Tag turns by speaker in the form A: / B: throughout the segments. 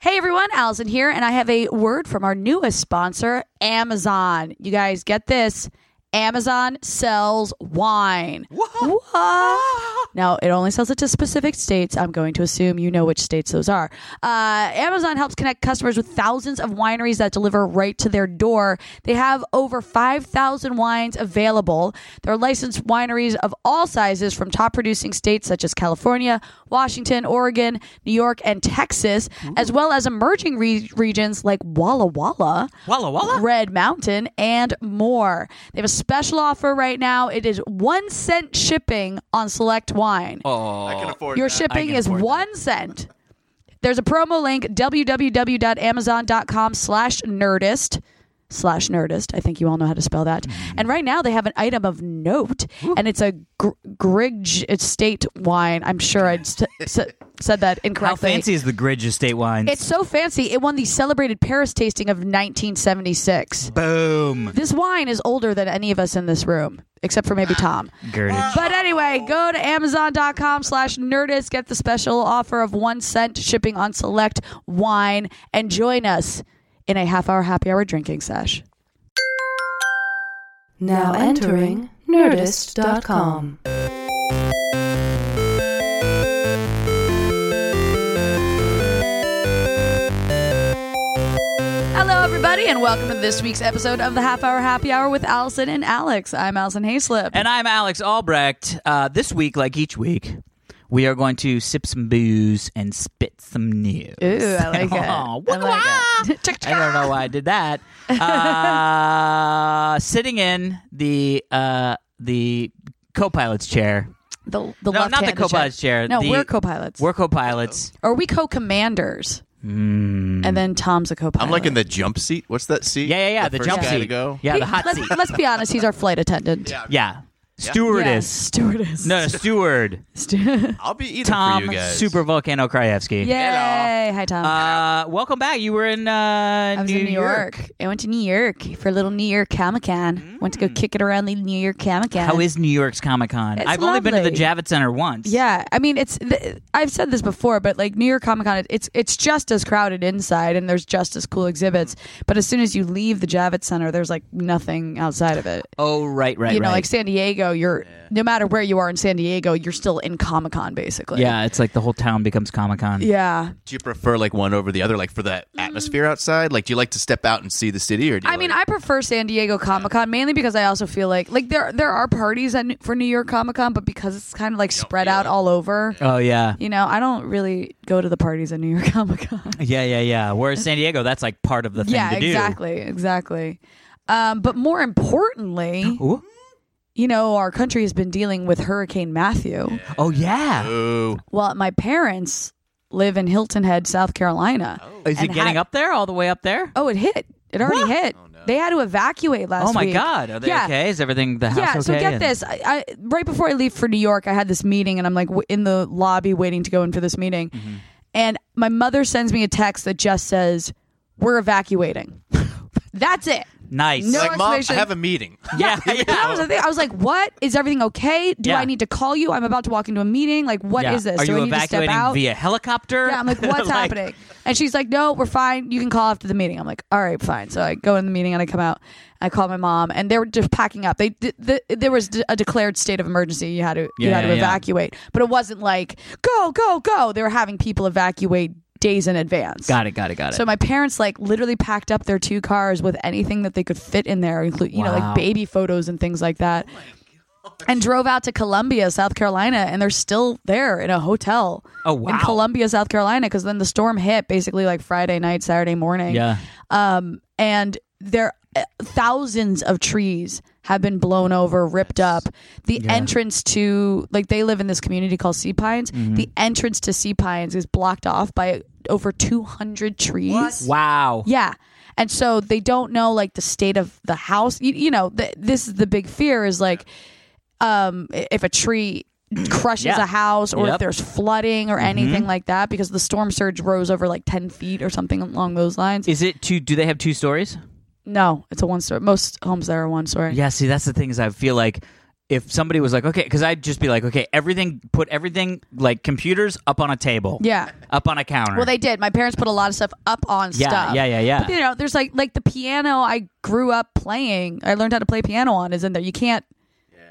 A: Hey everyone, Allison here, and I have a word from our newest sponsor, Amazon. You guys get this Amazon sells wine.
B: What?
A: What? Now, it only sells it to specific states. I'm going to assume you know which states those are. Uh, Amazon helps connect customers with thousands of wineries that deliver right to their door. They have over 5,000 wines available. They're licensed wineries of all sizes from top producing states such as California, Washington, Oregon, New York, and Texas, as well as emerging re- regions like Walla Walla.
B: Walla Walla?
A: Red Mountain, and more. They have a special offer right now. It is one cent shipping on select wine.
B: Oh,
C: I can afford
A: Your
C: that.
A: shipping
B: can
A: is
B: afford that.
A: one cent. There's a promo link www.amazon.com slash nerdist slash nerdist. I think you all know how to spell that.
D: Mm-hmm.
A: And right now they have an item of note, and it's a gr- Grigge estate wine. I'm sure I s- s- said that incorrectly.
D: How fancy is the Gridge Estate Wines?
A: It's so fancy. It won the celebrated Paris tasting of 1976.
D: boom.
A: This wine is older than any of us in this room, except for maybe Tom.
D: Gridge.
A: But anyway, go to amazon.com slash nerdist, get the special offer of one cent shipping on select wine, and join us in a half hour happy hour drinking sesh.
E: Now entering Nerdist.com.
A: Hello, everybody, and welcome to this week's episode of the Half Hour Happy Hour with Allison and Alex. I'm Allison Hayslip.
D: And I'm Alex Albrecht. Uh, this week, like each week, we are going to sip some booze and spit some news.
A: Ooh, I like it.
D: Oh,
A: I like it. Chicka-chicka.
D: I don't know why I did that. Uh, sitting in the uh, the co-pilot's chair.
A: The, the
D: No, not the
A: left-handed
D: co-pilot's chair.
A: No,
D: The-
A: we're co-pilots.
D: We're co-pilots.
C: Oh,
A: Or are we co-commanders?
D: Hmm.
A: And then Tom's a co-pilot.
C: I'm like in the jump seat. What's that seat?
D: Yeah, yeah, yeah. The,
C: The, first
D: jump
C: guy
D: seat.
C: to go.
D: Yeah, the hot
A: let's,
D: seat.
A: let's be honest. He's our flight attendant.
C: Yeah.
D: Yeah, stewardess.
A: Yeah, stewardess.
D: No, no, steward.
C: I'll be either for
D: Tom,
C: you guys.
D: Super Volcano Krajewski.
A: Yay! Hi, Tom.
D: Uh, welcome back. You were in uh,
A: I was
D: New,
A: in New York. I went to New York for a little New York Comic Con. Went to go kick it around the New York Comic Con.
D: How is New York's Comic Con?
A: It's
D: I've only been to the
A: lovely.
D: Javits Center once.
A: Yeah, I mean it's. Th- I've said this before, but like New York Comic Con, it's it's just as crowded inside, and there's just as cool exhibits. But as soon as you leave the Javits Center, there's like nothing outside of it.
D: Oh, right, right,
A: you know,
D: right.
A: like San Diego, you're no matter where you are in San Diego, you're still in Comic Con basically.
D: yeah, it's like the whole town becomes Comic Con.
A: yeah.
C: Do you prefer like one over the other, like for the
D: Mm.
C: atmosphere outside? Like, do you like to step out and see the city, or do you
A: I mean,
C: like-
A: I prefer San Diego Comic Con mainly because I also feel like like there there are parties at, for New York Comic Con, but because it's kind of like spread out all over.
D: Oh yeah,
A: You know, I don't really go to the parties at New York Comic Con.
D: yeah, yeah, yeah. Whereas San Diego, that's like part of the thing
A: yeah,
D: to do.
A: exactly, exactly. Um, but more importantly,
D: Ooh.
A: you know, our country has been dealing with Hurricane Matthew.
D: Oh yeah.
C: Ooh.
A: Well, my parents live in Hilton Head, South Carolina.
D: Oh. Is it
A: And
D: getting
A: ha-
D: up there? All the way up there?
A: Oh, it hit. It already hit. They had to evacuate last
D: oh my
A: week.
D: God. Are they
A: Yeah.
D: okay? Is everything the house
A: Yeah,
D: okay?
A: so get
D: And-
A: this. I, I right before I leave for New York, I had this meeting, and I'm like w- in the lobby waiting to go in for this meeting,
D: Mm-hmm.
A: and my mother sends me a text that just says, "We're evacuating." That's it.
D: Nice.
A: No-
C: like, mom, I
A: explanation.
C: have a meeting.
D: Yeah, yeah.
A: And that was the thing. I was like, "What is everything okay? Do
D: Yeah.
A: I need to call you? I'm about to walk into a meeting. Like, what is
D: Yeah.
A: this?
D: Are
A: Do
D: you
A: I need
D: evacuating
A: to step out?"
D: via helicopter?
A: Yeah, I'm like, what's happening? And she's like, no, we're fine. You can call after the meeting. I'm like, all right, fine. So I go in the meeting and I come out. I call my mom, and they were just packing up. They th- th- there was d- a declared state of emergency. You had to you
D: Yeah,
A: had to
D: yeah, yeah.
A: evacuate, but it wasn't like go go go. They were having people evacuate days in advance.
D: Got it. Got it. Got it.
A: So my parents like literally packed up their two cars with anything that they could fit in there, including you know
D: Wow.
A: like baby photos and things like that. and drove out to Columbia, South Carolina, and they're still there in a hotel.
D: Oh, wow.
A: In Columbia, South Carolina, because then the storm hit basically like Friday night, Saturday morning.
D: yeah.
A: Um, and there uh, thousands of trees have been blown over, ripped up. The entrance to like they live in this community called Sea Pines.
D: Mm-hmm.
A: The entrance to Sea Pines is blocked off by over 200 trees.
D: Wow.
A: Yeah. And so they don't know like the state of the house. You, you know, th- this is the big fear is like um i- if a tree crushes
D: Yeah.
A: a house or
D: Yep. Mm-hmm.
A: if there's flooding or anything like that because the storm surge rose over like 10 feet or something along those lines.
D: Is it two? Do they have two stories?
A: no, it's a one story. Most homes there are one story.
D: Yeah, see, that's the thing is I feel like if somebody was like, okay, because I'd just be like, okay, everything, put everything like computers up on a table,
A: Yeah.
D: up on a counter.
A: Well, they did. My parents put a lot of stuff up on
D: Yeah,
A: stuff.
D: yeah, yeah, yeah.
A: But you know, there's like like the piano I grew up playing. I learned how to play piano on is in there. You can't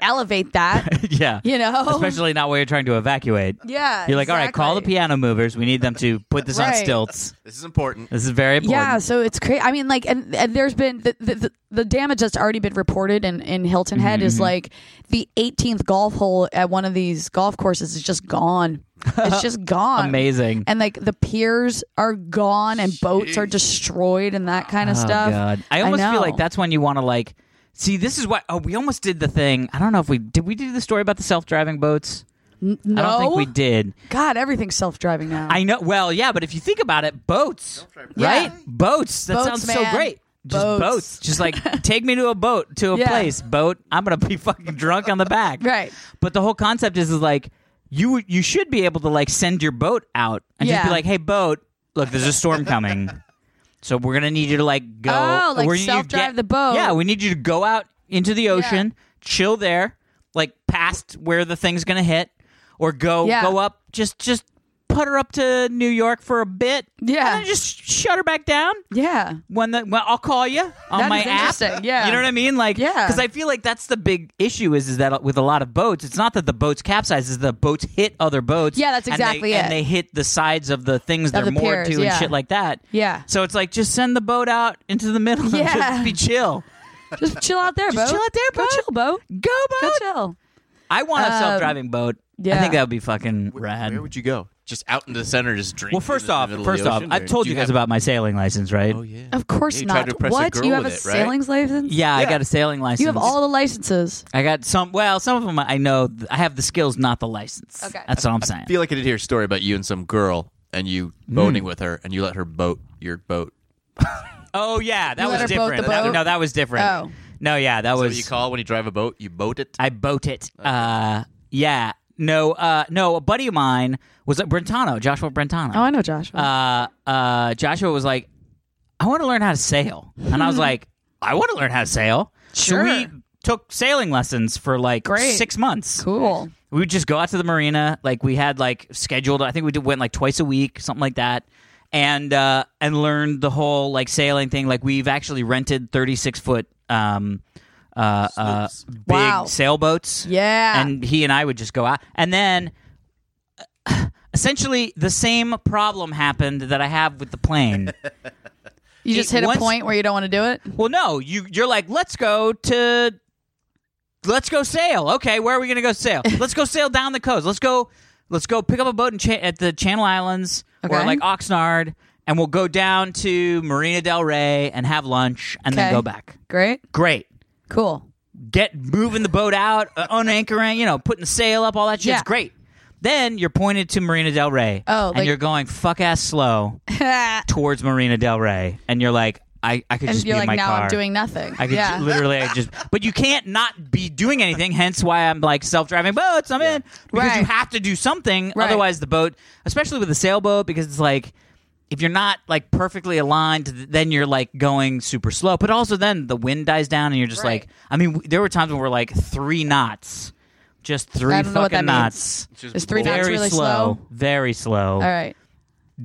A: elevate that.
D: yeah,
A: You know,
D: especially not where you're trying to evacuate.
A: yeah.
D: You're like, all right, call the
A: exactly.
D: piano movers. We need them to put this on
A: Right.
D: stilts.
C: This is important.
D: This is very important.
A: Yeah, so it's crazy. I mean, like, and, and there's been the, the the- the damage that's already been reported in in Hilton Head is
D: Mm-hmm,
A: like the 18th golf hole at one of these golf courses is just gone. It's just gone.
D: Amazing.
A: And like the piers are gone and boats are destroyed and that kind of
D: Oh,
A: stuff.
D: God. I almost feel like
A: know.
D: that's when you want to like see. This is why oh, we almost did the thing. I don't know if we did. We do the story about the self driving boats.
A: No,
D: I don't think we did.
A: God, everything's self driving now.
D: I know. Well, yeah, but if you think about it, boats,
A: Yeah.
D: right? Boats. That
A: Boats,
D: sounds so
A: man.
D: great. Just boats.
A: Boats.
D: Just like take me to a boat to a
A: Yeah.
D: place. Boat. I'm gonna be fucking drunk on the back.
A: Right.
D: But the whole concept is, is like you you should be able to like send your boat out and just be
A: Yeah.
D: like, hey, boat, look, there's a storm coming, so we're gonna need you to like go.
A: Oh, like
D: we're gonna need you to
A: self-drive
D: get-
A: the boat.
D: Yeah, we need you to go out into the ocean, chill there, like past where the thing's gonna hit, or go
A: Yeah.
D: go up. Just just put her up to New York for a bit.
A: Yeah.
D: and then just shut her back down.
A: yeah.
D: When the well, I'll call you on
A: That
D: my
A: is
D: app.
A: interesting, yeah.
D: you know what I mean. Like,
A: Yeah.
D: because I feel like that's the big issue is is that with a lot of boats, it's not that the boats capsize, is the boats hit other boats.
A: Yeah, that's
D: and they-
A: exactly it.
D: And they hit the sides of the things
A: Of
D: they're
A: the
D: moored
A: piers,
D: to and
A: yeah.
D: shit like that.
A: Yeah.
D: So it's like just send the boat out into the middle and
A: Yeah.
D: just be chill.
A: Just chill out there,
D: Just
A: boat.
D: chill out there,
A: Go
D: boat.
A: chill, boat.
D: Go
A: Go
D: boat.
A: chill.
D: I want a
A: Um,
D: self-driving boat. I
A: yeah.
D: think that would be fucking rad.
C: Where would you go? Just out into the center, just drink.
D: well,
C: in
D: first
C: the
D: off,
C: middle of
D: first
C: the
D: off,
C: ocean,
D: I've
C: or
D: told
C: do
D: you guys
C: have-
D: about my sailing license, right?
C: Oh yeah.
A: Of course
C: You tried
A: not.
C: to impress a
A: what?
C: girl
A: you have
C: with
A: a
C: it, right?
A: sailing license?
D: yeah, I
C: Yeah.
D: got a sailing license.
A: You have all the licenses.
D: I got some. Well, some of them I know. I have the skills, not the license.
A: Okay.
D: that's all I'm saying.
C: I feel like I did hear a story about you and some girl and you
D: Mm.
C: boating with her and you let her boat your boat.
D: oh yeah, that
A: You let
D: was
A: her boat the
D: different. That-
A: boat?
D: no, that was different.
A: Oh.
D: No, yeah, that
C: What
D: was.
C: do you call when you drive a boat? You boat it.
D: I boat it. Uh, yeah. No, uh, no. A buddy of mine was at Brentano, Joshua Brentano.
A: Oh, I know Joshua.
D: uh, uh, Joshua was like, I want to learn how to sail. And I was like, I want to learn how to sail. So
A: Sure.
D: we took sailing lessons for like
A: Great.
D: six months.
A: cool.
D: We would just go out to the marina. Like we had like scheduled, I think we did, went like twice a week, something like that. And, uh, and learned the whole like sailing thing. Like we've actually rented 36 foot, um, uh, uh, big
A: Wow.
D: sailboats.
A: Yeah.
D: And he and I would just go out. And then essentially the same problem happened that I have with the plane.
A: you just hit
D: once-
A: a point where you don't want to do it?
D: well, no, you you're like, let's go to let's go sail. Okay, where are we going to go sail? Let's go sail down the coast. Let's go let's go pick up a boat in cha- at the Channel Islands or
A: Okay.
D: like Oxnard and we'll go down to Marina Del Rey and have lunch and then
A: Okay.
D: go back.
A: Great.
D: Great.
A: Cool.
D: get moving the boat out, uh, unanchoring, you know, putting the sail up, all that shit's
A: Yeah.
D: great. Then you're pointed to Marina Del Rey,
A: Oh,
D: and
A: like-
D: you're going fuck ass slow
A: and
D: towards Marina Del Rey, and you're like, I, I could just
A: you're
D: be
A: like,
D: in my
A: now
D: car.
A: I'm doing nothing.
D: I could
A: yeah.
D: ju- literally, I just, but you can't not be doing anything. Hence, why I'm like self-driving boats. I'm in because you
A: Right.
D: have to do something.
A: Right.
D: Otherwise, the boat, especially with a sailboat, because it's like if you're not like perfectly aligned, th- then you're like going super slow. But also, then the wind dies down, and you're just
A: Right.
D: like, I mean, w- there were times when we're like three knots, just three
A: I don't know what
D: fucking
A: that means.
D: knots.
C: Just
A: Is three
C: boat.
A: knots
D: Very
A: really
D: slow,
A: slow?
D: very slow,
A: All right.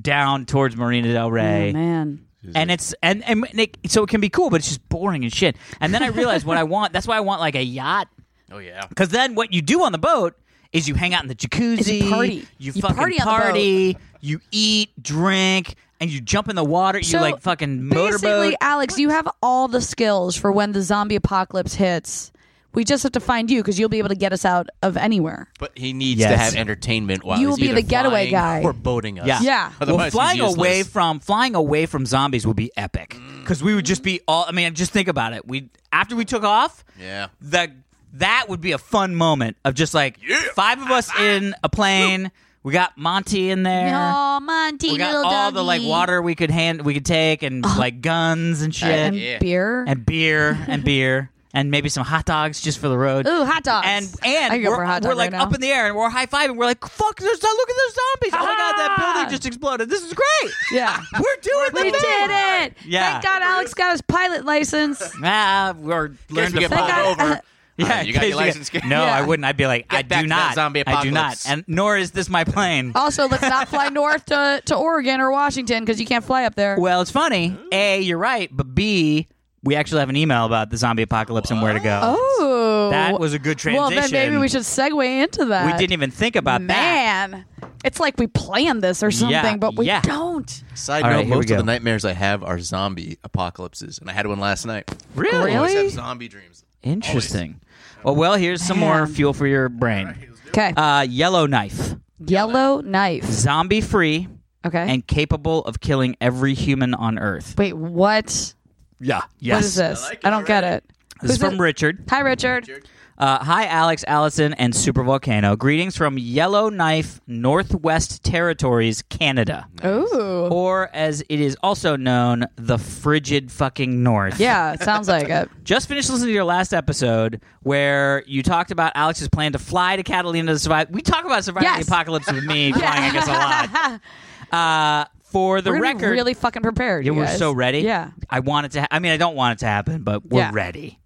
D: down towards Marina Del Rey
A: Oh, man.
D: and it's and and it, so it can be cool, but it's just boring and shit. And then I realized what I want. That's why I want like a yacht,
C: Oh yeah.
D: because then what you do on the boat is you hang out in the jacuzzi,
A: party. You
D: you, fucking
A: party on the boat.
D: party, you eat, drink, and you jump in the water.
A: So,
D: you like fucking motorboat.
A: Basically, Alex, you have all the skills for when the zombie apocalypse hits. We just have to find you because you'll be able to get us out of anywhere.
C: But he needs
D: Yes.
C: to have entertainment while
A: You will
C: he's
A: be
C: either
A: the getaway guy.
C: flying or boating us.
D: Yeah.
A: Yeah.
C: Otherwise,
D: well,
C: he's
D: flying
C: useless.
D: away from flying away from zombies would be epic because we would just be all. I mean, just think about it. We after we took off,
C: Yeah.
D: the that would be a fun moment of just like five of us in a plane. We got Monty in there.
A: Oh, Monty,
D: we got
A: little
D: all the like
A: doggy. Uh-huh.
D: water we could hand we could take and like guns and shit
A: and
C: Yeah.
A: beer.
D: and beer and beer and maybe some hot dogs just for the road.
A: Ooh, hot dogs.
D: And
A: I
D: and
A: could go
D: we're,
A: for a hot
D: we're
A: dog
D: like
A: right now.
D: up in the air and we're high fiving. We're like, fuck! There's look at those zombies! Oh my god, that
A: Ah!
D: building just exploded. This is great.
A: yeah.
D: We're doing the
A: We
D: thing.
A: did it!
D: Yeah.
A: Thank God Alex got his pilot license.
D: Ah, we're
C: Guess we
D: learned to
C: get
D: fly.
C: pulled
A: God.
C: over.
D: Yeah,
C: Uh, you got your
D: in case
C: license
D: get-
C: key?
D: No,
A: Yeah.
D: I wouldn't. I'd be like, I
C: back
D: do
C: to that
D: not.
C: zombie
D: I do not,
C: apocalypse.
D: and nor is this my plane.
A: Also, let's not fly north to, to Oregon or Washington because you can't fly up there.
D: Well, it's funny. A, you're right, but B, we actually have an email about the zombie apocalypse and where to go.
A: oh,
D: That was a good transition.
A: Well, then maybe we should segue into that.
D: We didn't even think about that.
A: Man, it's like we planned this or something,
D: Yeah,
A: but we
D: yeah.
A: don't.
C: Side
D: All
C: note:
D: right, here we
C: Most of
D: go.
C: the nightmares I have are zombie apocalypses, and I had one last night.
D: Really?
C: I always
A: Really?
C: have zombie dreams.
D: Interesting. Well, well, here's some more fuel for your brain.
A: Okay,
D: Uh, yellow knife,
A: yellow knife.
D: zombie free,
A: Okay,
D: and capable of killing every human on Earth.
A: wait, what?
D: Yeah. Yes.
A: What is this? I,
C: like it
A: don't get it.
D: This is
A: Who's
D: from
A: it?
D: Richard.
A: Hi, Richard.
D: Uh, hi, Alex, Allison, and Super Volcano. Greetings from Yellowknife, Northwest Territories, Canada,
A: Ooh,
D: or as it is also known, the frigid fucking North.
A: yeah, it sounds like it.
D: Just finished listening to your last episode where you talked about Alex's plan to fly to Catalina to survive. We talk about surviving
A: Yes.
D: the apocalypse with me flying, I guess, a lot. Uh, for the
A: We're gonna be
D: record,
A: really fucking prepared.
D: yeah,
A: you
D: we're
A: guys.
D: so ready.
A: Yeah.
D: I want it to. Ha- I mean, I don't want it to happen, but we're
A: Yeah.
D: ready.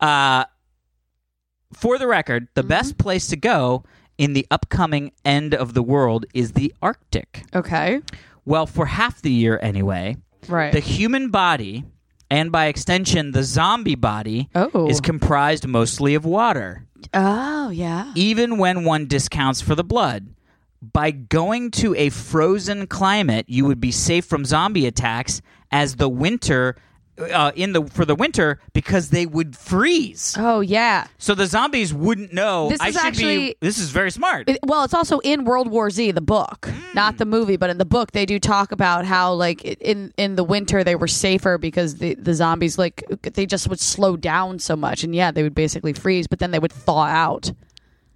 D: Uh, for the record,
A: Mm-hmm.
D: the best place to go in the upcoming end of the world is the Arctic.
A: Okay.
D: Well, for half the year anyway,
A: Right.
D: the human body, and by extension, the zombie body,
A: Oh.
D: is comprised mostly of water
A: oh yeah.
D: even when one discounts for the blood. By going to a frozen climate, you would be safe from zombie attacks as the winter uh, in the for the winter because they would freeze.
A: Oh yeah.
D: So the zombies wouldn't know.
A: This
D: I
A: is
D: should
A: actually-
D: be. This is very smart.
A: It- well, it's also in World War Z, the book, not the movie, but in the book they do talk about how like i- in in the winter they were safer because the the zombies like they just would slow down so much, and yeah, they would basically freeze, but then they would thaw out.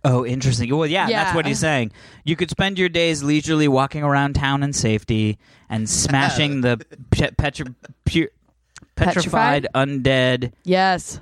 D: Oh, interesting. Well, yeah,
A: Yeah.
D: that's what he's saying. You could spend your days leisurely walking around town in safety and smashing the pe- petri- pu-
A: Petrified?
D: petrified undead
A: Yes.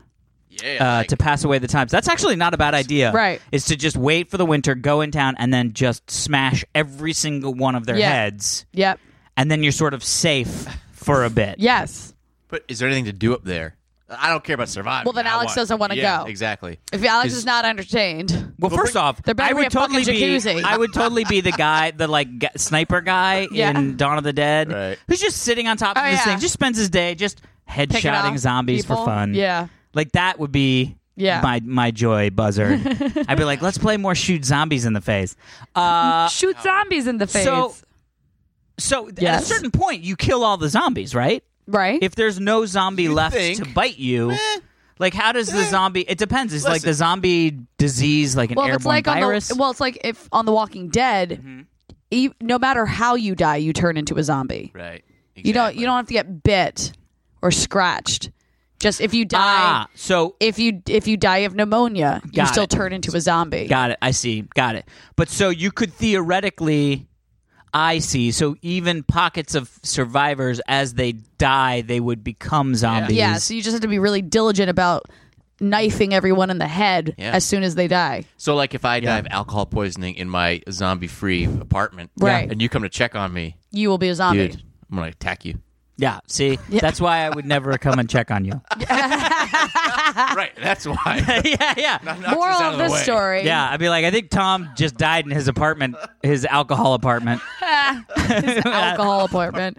C: Yeah,
D: uh,
C: like-
D: to pass away the times. That's actually not a bad idea.
A: Right.
D: Is to just wait for the winter, go in town, and then just smash every single one of their
A: Yeah.
D: heads.
A: Yep.
D: And then you're sort of safe for a bit.
A: Yes.
C: but is there anything to do up there? I don't care about surviving.
A: Well, then
C: I
A: Alex
C: want-
A: doesn't wanna
C: Yeah,
A: go.
C: Exactly.
A: If Alex
C: Is-
A: is not entertained,
D: Well, first off,
A: There better
D: I
A: be
D: would
A: a fucking
D: totally
A: jacuzzi.
D: be I would totally be the guy, the like g- sniper guy
A: Yeah.
D: in Dawn of the Dead,
C: Right.
D: who's just sitting on top of
A: Oh,
D: this
A: yeah.
D: thing, just spends his day just
A: Pick it
D: headshotting
A: off,
D: zombies
A: people.
D: for fun.
A: Yeah.
D: like that would be
A: Yeah.
D: my my joy buzzer. I'd be like, let's play more shoot zombies in the face. Uh,
A: Shoot zombies in the face.
D: So, so th- at a
A: Yes.
D: certain point, you kill all the zombies, right?
A: right?
D: If there's no zombie left
C: think.
D: to bite you, like how does the zombie? It depends. It's like
C: Listen.
D: the zombie disease, like an
A: well, if
D: airborne
A: it's like
D: virus. Mm-hmm.
A: on the well, it's like if on The Walking Dead, e- no matter how you die, you turn into a zombie.
C: Right. Exactly.
A: You don't you don't have to get bit or scratched. Just if you die,
D: ah, so
A: if you if you die of pneumonia, you
D: Got
A: still
D: it.
A: turn into a zombie.
D: got it. I see. Got it. But so you could theoretically. I see. So even pockets of survivors, as they die, they would become zombies.
A: yeah, so you just have to be really diligent about knifing everyone in the head
C: Yeah.
A: as soon as they die.
C: So, like, if I die of alcohol poisoning in my zombie-free apartment,
A: Right.
C: and you come to check on me,
A: You will be a zombie.
C: dude, I'm gonna attack you.
D: Yeah, See, that's why I would never come and check on you.
C: right. That's why.
D: yeah. Yeah.
C: Knocks us
A: Moral
C: out
A: of
C: the
A: this
C: way.
A: story.
D: Yeah, I'd be like, I think Tom just died in his apartment, his alcohol apartment.
A: Alcohol appointment.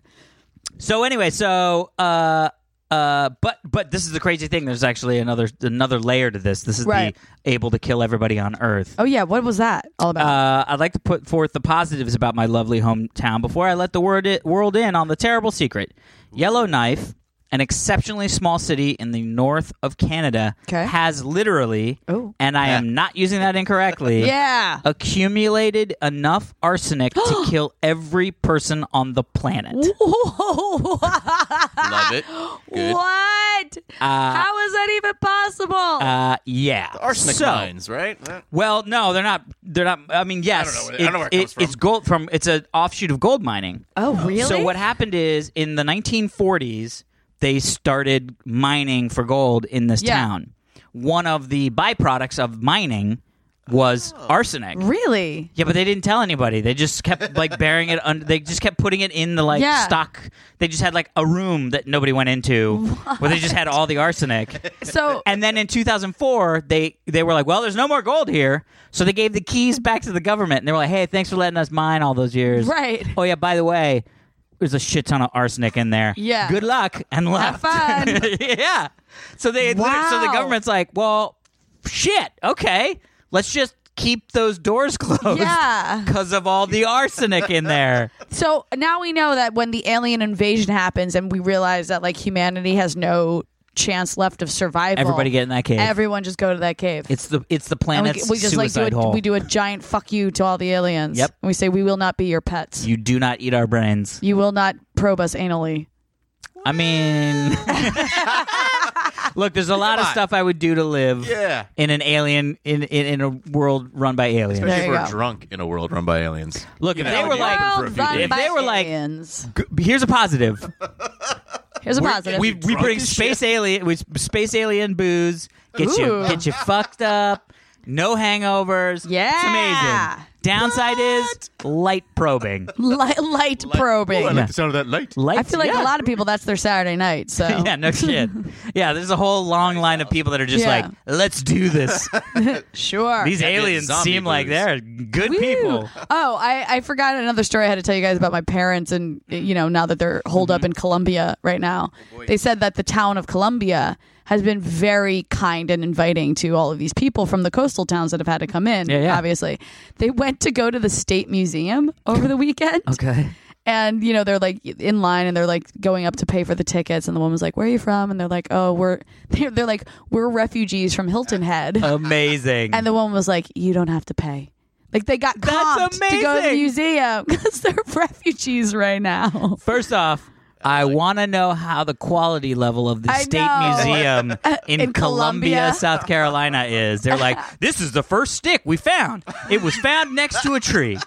D: So anyway, so uh, uh, but but this is the crazy thing. There's actually another another layer to this. This is
A: Right.
D: the able to kill everybody on Earth.
A: Oh yeah, what was that all about?
D: Uh, I'd like to put forth the positives about my lovely hometown before I let the word i- world in on the terrible secret. Yellowknife, an exceptionally small city in the north of Canada,
A: Okay.
D: has literally,
A: Oh.
D: and I am not using that incorrectly,
A: yeah.
D: accumulated enough arsenic to kill every person on the planet.
C: Love it. Good.
A: What? How is that even possible?
D: Uh, yeah.
C: Arsenic
D: so,
C: mines, right?
D: Well, no, they're not. They're not. I mean, yes,
C: know where- I don't know where it comes from.
D: it's gold from. It's an offshoot of gold mining.
A: oh really?
D: So what happened is in the 1940s they started mining for gold in this
A: Yeah.
D: town. One of the byproducts of mining was
C: Oh.
D: arsenic.
A: Really?
D: Yeah, but they didn't tell anybody. They just kept like burying it under. They just kept putting it in the like
A: Yeah.
D: stock. They just had like a room that nobody went into where they just had all the arsenic.
A: So
D: And then in 2004, they they were like, "Well, there's no more gold here," so they gave the keys back to the government, and they were like, "Hey, thanks for letting us mine all those years."
A: Right.
D: Oh yeah, by the way, there's a shit ton of arsenic in there.
A: Yeah.
D: Good luck and left.
A: fun.
D: yeah. So they so the
A: Wow.
D: government's like, "Well, shit. Okay, let's just keep those doors closed."
A: Yeah.
D: Because of all the arsenic in there.
A: so now we know that when the alien invasion happens and we realize that like humanity has no chance left of survival.
D: Everybody get in that cave.
A: Everyone just go to that cave.
D: it's the it's the
A: and we,
D: planet's
A: we just like do
D: suicide
A: a,
D: hole.
A: we do a giant fuck you to all the aliens.
D: Yep.
A: And we say we will not be your pets. You,
D: you do not eat our brains.
A: will not probe us anally.
D: I mean, look, there's a lot of
C: on.
D: stuff I would do to live
C: Yeah.
D: in an alien in, in in a world run by aliens.
A: There
C: Especially if
A: you
C: we're
A: go.
C: drunk in a world run by aliens.
D: Look, if
C: You
D: they
C: know,
D: were
C: you
D: like,
C: open for a
A: World
C: few
A: run
C: days.
D: If they
A: by
D: were like-
A: aliens.
D: "G- here's a positive.
A: here's a positive.
D: We we
C: drunk
D: bring
C: as
D: space alien we space alien booze. Get you
A: Ooh.
D: get you fucked up. No hangovers.
A: Yeah.
D: it's amazing. Downside is light probing.
A: light, light probing.
C: Ooh, I like
D: Yeah.
C: the sound of that light.
D: Light.
A: I feel like
D: yeah.
A: a lot of people that's their Saturday night. So
D: Yeah, no shit. Yeah, there's a whole long line of people that are just
A: Yeah.
D: like, let's do this.
A: sure.
D: These
C: That is
D: aliens
C: zombie
D: seem like
C: booze.
D: they're good
A: Woo.
D: people.
A: Oh, I, I forgot another story I had to tell you guys about my parents, and you know now that they're holed
D: Mm-hmm.
A: up in Colombia right now,
D: Oh,
A: they said that the town of Colombia has been very kind and inviting to all of these people from the coastal towns that have had to come in.
D: Yeah, yeah.
A: Obviously, they went to go to the state museum over the weekend.
D: Okay.
A: and you know they're like in line and they're like going up to pay for the tickets and the woman's like where are you from and they're like oh we're they're, they're like we're refugees from hilton head
D: Amazing.
A: and the woman was like you don't have to pay like they got comped
D: That's
A: to go to the
D: amazing.
A: museum because they're refugees right now
D: First off, I want to know how the quality level of the
A: I
D: State
A: know.
D: Museum in,
A: In
D: Columbia,
A: Columbia.
D: South Carolina is. They're like, this is the first stick we found. It was found next to a tree.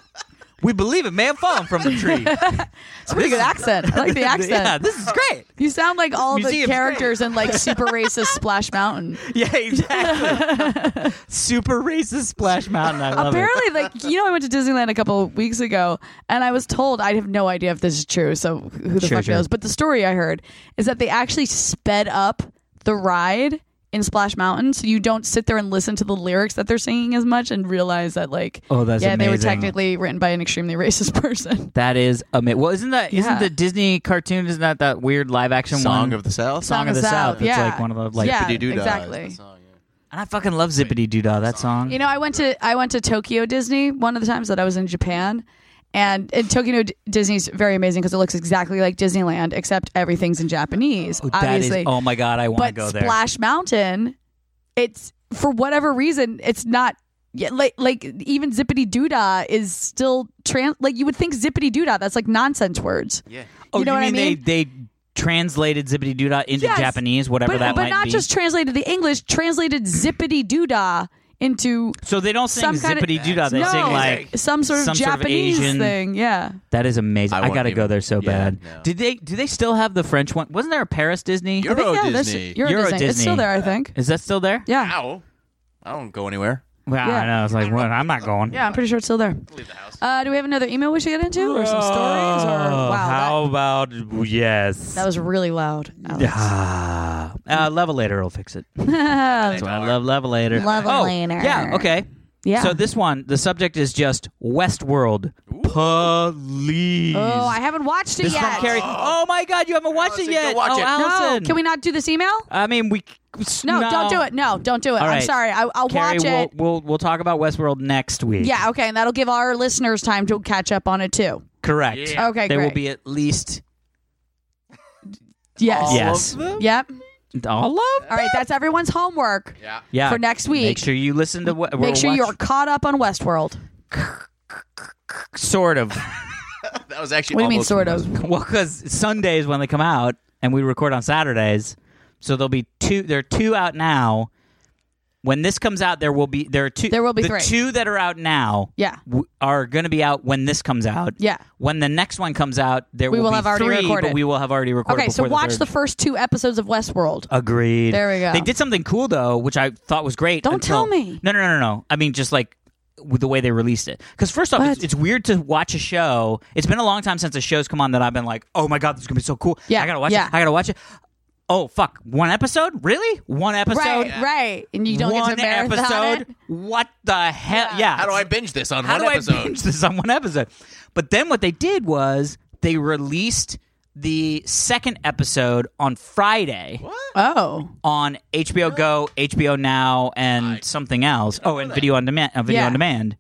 D: We believe it may have fallen from the tree.
A: it's a pretty good accent i like the accent
D: Yeah, this is great.
A: you sound like all the
D: museum's great.
A: characters in like super racist splash mountain
D: Yeah, exactly. Super racist Splash Mountain. I love it.
A: Apparently, like you know, I went to Disneyland a couple of weeks ago, and I was told I have no idea if this is true. So who the
D: Sure,
A: fuck
D: sure.
A: knows? But the story I heard is that they actually sped up the ride in Splash Mountain, so you don't sit there and listen to the lyrics that they're singing as much and realize that like,
D: Oh, that's
A: yeah, they were
D: amazing.
A: technically written by an extremely racist person.
D: That is amazing. Well, isn't that
A: Yeah.
D: not the Disney cartoon? Isn't that that weird live action
C: Song
D: one?
C: of the South.
D: Song of the South. It's
A: yeah,
D: like one of the, like,
A: yeah,
C: Doo-doo-dah is
A: exactly.
C: the song, yeah.
D: and I fucking love Zippity Doo Dah. That song.
A: You know, I went to I went to Tokyo Disney one of the times that I was in Japan. And, and Tokyo D- Disney's very amazing because it looks exactly like Disneyland, except everything's in Japanese,
D: Oh, that is.
A: obviously.
D: Oh my god, I want to
A: but
D: go there.
A: Splash Mountain, it's for whatever reason, it's not. Yeah, like like even zippity doodah is still trans. Like you would think zippity doodah, that's like nonsense words.
C: Yeah.
D: Oh,
A: You know what I mean?
D: They, they translated Zippity Doo Dah into
A: Yes,
D: Japanese, whatever
A: But
D: that
A: but
D: might
A: not
D: be.
A: just translated to English, translated zippity doodah into
D: so they don't sing
A: some kind of-
D: Zippity Doo Dah. They
A: no,
D: sing like
A: some sort of
D: some sort of
A: Japanese
D: Asian-
A: thing. Yeah.
D: that is amazing.
C: I
D: I,
C: won't
D: gotta go
C: even-
D: there so
C: yeah,
D: bad.
C: no.
D: Did they? Do they still have the French one? Wasn't there a Paris Disney?
A: I
C: Euro
A: think, yeah, that's-
C: Disney.
A: Euro,
D: Euro
A: Disney. It's still
D: Disney.
A: there, I think.
D: Is that still there?
A: Yeah.
C: Ow. I don't go anywhere.
D: Well,
A: Yeah.
D: I know. It's like, well, I'm not going.
A: Yeah, I'm pretty sure it's still there.
C: Leave the house.
A: Uh, do we have another email we should get into, or some stories? Or wow,
D: how
A: that,
D: about yes?
A: that was really loud. Alex.
D: Ah, uh, Levelator will fix it. That's why I love Levelator.
A: Levelator.
D: Oh, yeah. Okay.
A: Yeah.
D: So this one, the subject is just Westworld.
C: Uh,
D: Please.
A: Oh, I haven't watched it
D: This is
A: yet.
D: from Carrie. Oh my God, you haven't watched
C: Allison,
D: it yet.
C: go watch
D: oh,
C: it. No,
A: No,
D: Allison.
A: can we not do this email?
D: I mean, we.
A: No, don't do it. No, don't do it.
D: All
A: I'm
D: right.
A: sorry. I, I'll
D: Carrie,
A: watch
D: we'll,
A: it.
D: We'll we'll talk about Westworld next week.
A: yeah, okay, and that'll give our listeners time to catch up on it too.
D: Correct.
C: Yeah.
A: Okay,
D: There will
A: great.
D: be at least
A: Yes.
C: All
D: yes.
C: of them?
A: Yep.
D: all of.
A: All right, that's everyone's homework.
C: Yeah.
D: Yeah.
A: For next week.
D: Make sure you listen to what.
A: Make sure you're caught up on Westworld.
D: sort of.
C: That was actually
A: What do you mean,
C: almost-
A: sort of?
D: well, because Sundays when they come out, and we record on Saturdays, so there'll be two. There are two out now. when this comes out, there will be there are two.
A: There will be
D: the
A: three.
D: two that are out now.
A: Yeah.
D: w- are going to be out when this comes out.
A: Yeah.
D: When the next one comes out, there
A: We will
D: be
A: have already
D: three,
A: recorded.
D: but we will have already recorded.
A: Okay, so
D: before
A: watch
D: the,
A: the
D: third.
A: first two episodes of Westworld.
D: Agreed.
A: There we go.
D: They did something cool though, which I thought was great.
A: Don't tell
D: until-
A: me.
D: No, no, no, no, no. I mean, just like with the way they released it. Because first off,
A: What?
D: it's, it's weird to watch a show. It's been a long time since a show's come on that I've been like, oh my god, this is gonna be so cool.
A: Yeah,
D: I gotta watch
A: yeah.
D: it. I gotta watch it. Oh fuck, one episode? Really? One episode?
A: right, right. And you don't
D: one
A: get to marathon
D: episode?
A: it.
D: What the hell?
A: Yeah.
D: Yeah.
C: How do I binge this on
D: How
C: one
D: do
C: episode?
D: I binge this on one episode? But then what they did was they released the second episode on Friday
A: Oh,
D: on HBO Go, HBO Now, and something else. Oh, and video on demand. Uh, video
A: Yeah.
D: on demand.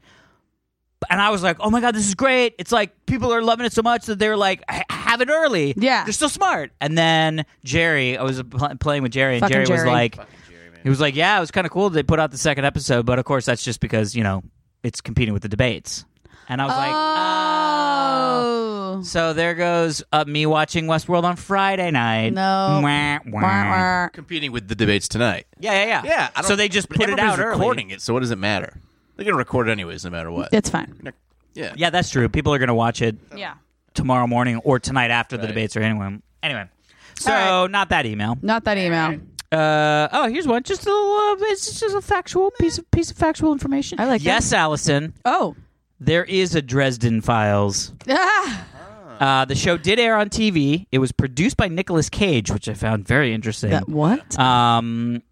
D: And I was like, "Oh my god, this is great!" It's like people are loving it so much that they're like, "H- "Have it early."
A: Yeah.
D: they're so smart. And then Jerry, I was pl- playing with Jerry, and
A: Fucking
D: Jerry, was
A: Jerry.
D: like, "He was like, yeah, it was kind of cool that they put out the second episode, but of course that's just because you know it's competing with the debates." And I was like, "Oh."
A: oh.
D: So there goes uh, me watching Westworld on Friday night.
A: No.
D: Wah, wah.
A: Wah, wah.
C: Competing with the debates tonight.
D: Yeah, yeah, yeah.
C: Yeah. I don't-
D: so they just
C: but
D: put it out
C: everybody's
D: early.
C: recording it, so what does it matter? They're going to record it anyways, no matter what.
A: It's fine.
C: Yeah.
D: Yeah, that's true. People are going to watch it
A: Yeah,
D: tomorrow morning or tonight after the
C: Right.
D: debates or anyway. Anyway, so
A: All
D: not that email.
A: not that email.
D: Uh, oh, here's one. Just a little. Uh, it's just a factual piece of piece of factual information.
A: I like that.
D: Yes, Allison.
A: Oh,
D: There is a Dresden Files.
A: ah,
D: Uh, the show did air on TV. It was produced by Nicolas Cage, which I found very interesting.
A: that, what?
D: Um,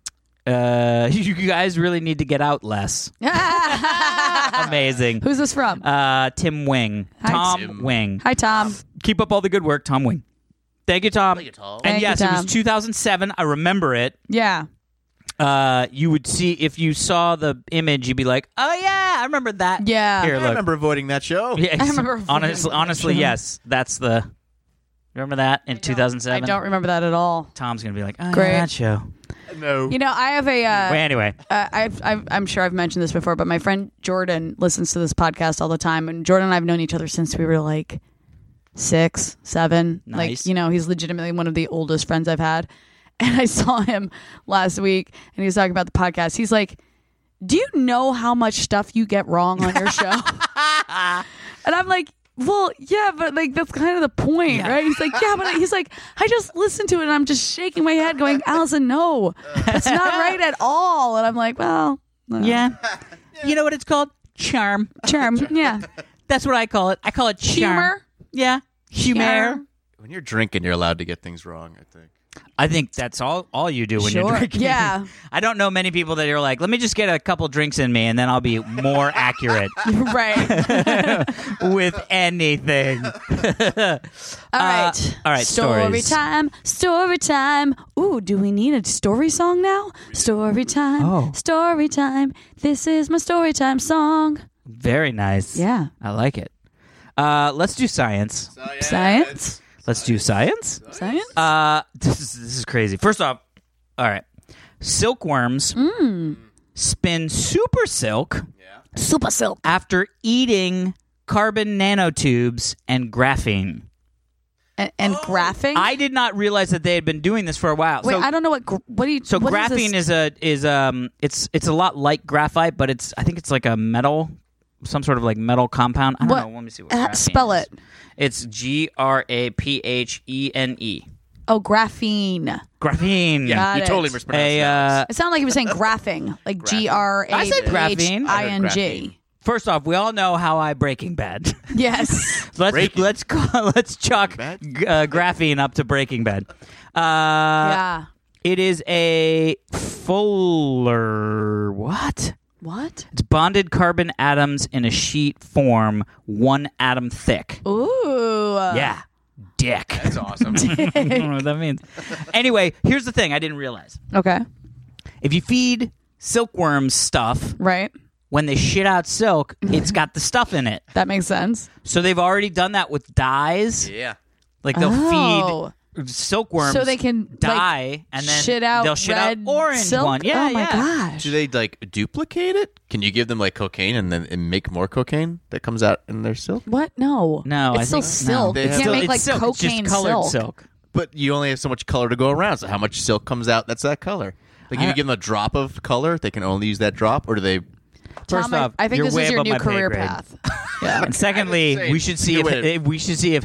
D: uh, you guys really need to get out less. Amazing.
A: Who's this from?
D: Uh, Tim Wing.
A: Ah. Hi,
D: Tom
C: Tim.
D: Wing.
A: Hi, Tom.
D: Keep up all the good work, Tom Wing. Thank you, Tom.
A: Thank
D: And
A: you,
D: yes, it was
A: Tom.
D: 2007. I remember it.
A: Yeah,
D: Uh, you would see if you saw the image, you'd be like, "Oh yeah, I remember that."
A: Yeah.
D: Here,
C: I
D: look.
C: remember avoiding that show.
D: Yeah,
A: I remember
D: Honestly, honestly, yes, that's the. Remember that in 2007.
A: I don't remember that at all.
D: Tom's gonna be like, "Oh,
A: Great.
D: yeah, that show."
C: No.
A: You know, I have a. Uh,
D: Well, anyway,
A: uh, I've, I've, I'm sure I've mentioned this before, but my friend Jordan listens to this podcast all the time, and Jordan and I've known each other since we were like six, seven. Like,
D: Nice.
A: you know, he's legitimately one of the oldest friends I've had. And I saw him last week, and he was talking about the podcast. He's like, "Do you know how much stuff you get wrong on your show?" and I'm like. Well, yeah, but like that's kind of the point, right? He's like, yeah, but he's like, I just listened to it and I'm just shaking my head, going, Allison, no, that's not right at all. And I'm like, well, no.
D: yeah. You know what it's called? Charm.
A: charm, yeah,
D: That's what I call it. I call it charm.
A: humor,
D: Yeah. Humor.
A: Charm.
C: When you're drinking, you're allowed to get things wrong, I think.
D: I think that's all all you do when you're
A: Sure.
D: drinking.
A: Yeah.
D: I don't know many people that are like, let me just get a couple drinks in me and then I'll be more accurate
A: right?
D: with anything.
A: All right,
D: Uh, all right,
A: Story
D: stories.
A: time, story time. Ooh, do we need a story song now? Story time,
D: Oh.
A: story time. This is my story time song.
D: Very nice.
A: Yeah,
D: I like it. Uh, let's do science.
C: Oh,
A: science,
D: Let's do science.
A: science.
D: Uh, this is, this is crazy. First off, all right. Silkworms
A: Mm.
D: spin super silk
A: Super silk.
D: after eating carbon nanotubes and graphene.
A: and, and graphing.
D: I did not realize that they had been doing this for a while.
A: Wait,
D: so,
A: I don't know what gr- what do you
D: so
A: what
D: graphene
A: this?
D: is, a is um it's it's a lot like graphite, but it's I think it's like a metal, some sort of like metal compound. I don't
A: What-
D: know. Let me see what
A: Uh,
D: graphene
A: spell
D: is.
A: it.
D: It's G R A P H E N E.
A: Oh, graphene.
D: Graphene.
C: Yeah,
A: Got
C: you
A: it.
C: totally mispronounced
D: A,
C: that.
D: uh,
A: It sounded like he was saying graphing, like G R A
D: I said graphene.
A: I N
C: graphene.
A: G.
D: first off, we all know how I Breaking Bad.
A: Yes.
D: let's
C: Breaking.
D: let's call, let's chalk uh,
C: Bad?
D: graphene up to Breaking Bad. Uh,
A: yeah.
D: It is a Fuller what?
A: What?
D: It's bonded carbon atoms in a sheet form, one atom thick.
A: Ooh.
D: yeah. Dick.
C: That's awesome.
D: I don't know what that means. Anyway, here's the thing I didn't realize.
A: Okay.
D: If you feed silkworms stuff,
A: Right.
D: when they shit out silk, it's got the stuff in it.
A: That makes sense.
D: So they've already done that with dyes.
C: yeah.
D: Like they'll
A: Oh.
D: feed silkworms
A: So they can, like,
D: dye and then
A: Shit out.
D: they'll shit
A: red
D: out orange
A: silk?
D: one. Yeah,
A: oh my
D: yeah.
A: gosh.
C: Do they like duplicate it? Can you give them like cocaine and then and make more cocaine that comes out in their silk?
A: What? No.
D: No,
A: It's still
D: I think
A: silk.
C: They
A: You
C: have-
A: can't
C: Still-
A: make
D: it's
A: like
D: silk. It's
A: cocaine
D: just colored
A: silk.
D: silk.
C: But you only have so much color to go around. So how much silk comes out? That's that color. Like,
A: Uh,
C: if you give them a drop of color, they can only use that drop, or do they?
D: First
A: Tom, I-
D: off,
A: I, think
D: you're
A: this
D: way
A: is your
D: above
A: new
D: my pay
A: career
D: grade.
A: path. Yeah.
D: And secondly,
C: saying,
D: we should see
C: you
D: if,
C: can do it.
D: if we should see if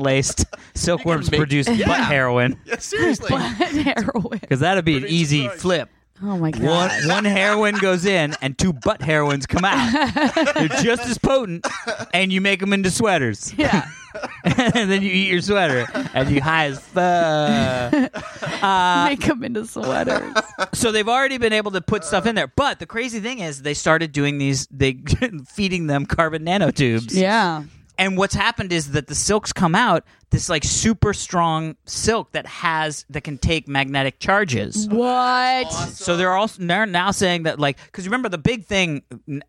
D: laced silkworms
C: make-
D: produce
C: Yeah.
D: butt heroin
C: Yeah, seriously.
A: heroin.
D: because that'd be an
C: Produce
D: easy
C: drugs.
D: flip.
A: Oh my god.
D: One one heroin goes in and two butt heroines come out. They're just as potent, and you make them into sweaters.
A: Yeah.
D: and then you eat your sweater and you high as fuck.
A: Make them into sweaters.
D: so they've already been able to put stuff in there. But the crazy thing is, they started doing these. They feeding them carbon nanotubes.
A: yeah.
D: And what's happened is that the silks come out this like super strong silk that has that can take magnetic charges.
A: What?
D: So they're also they're now saying that like because remember the big thing, n-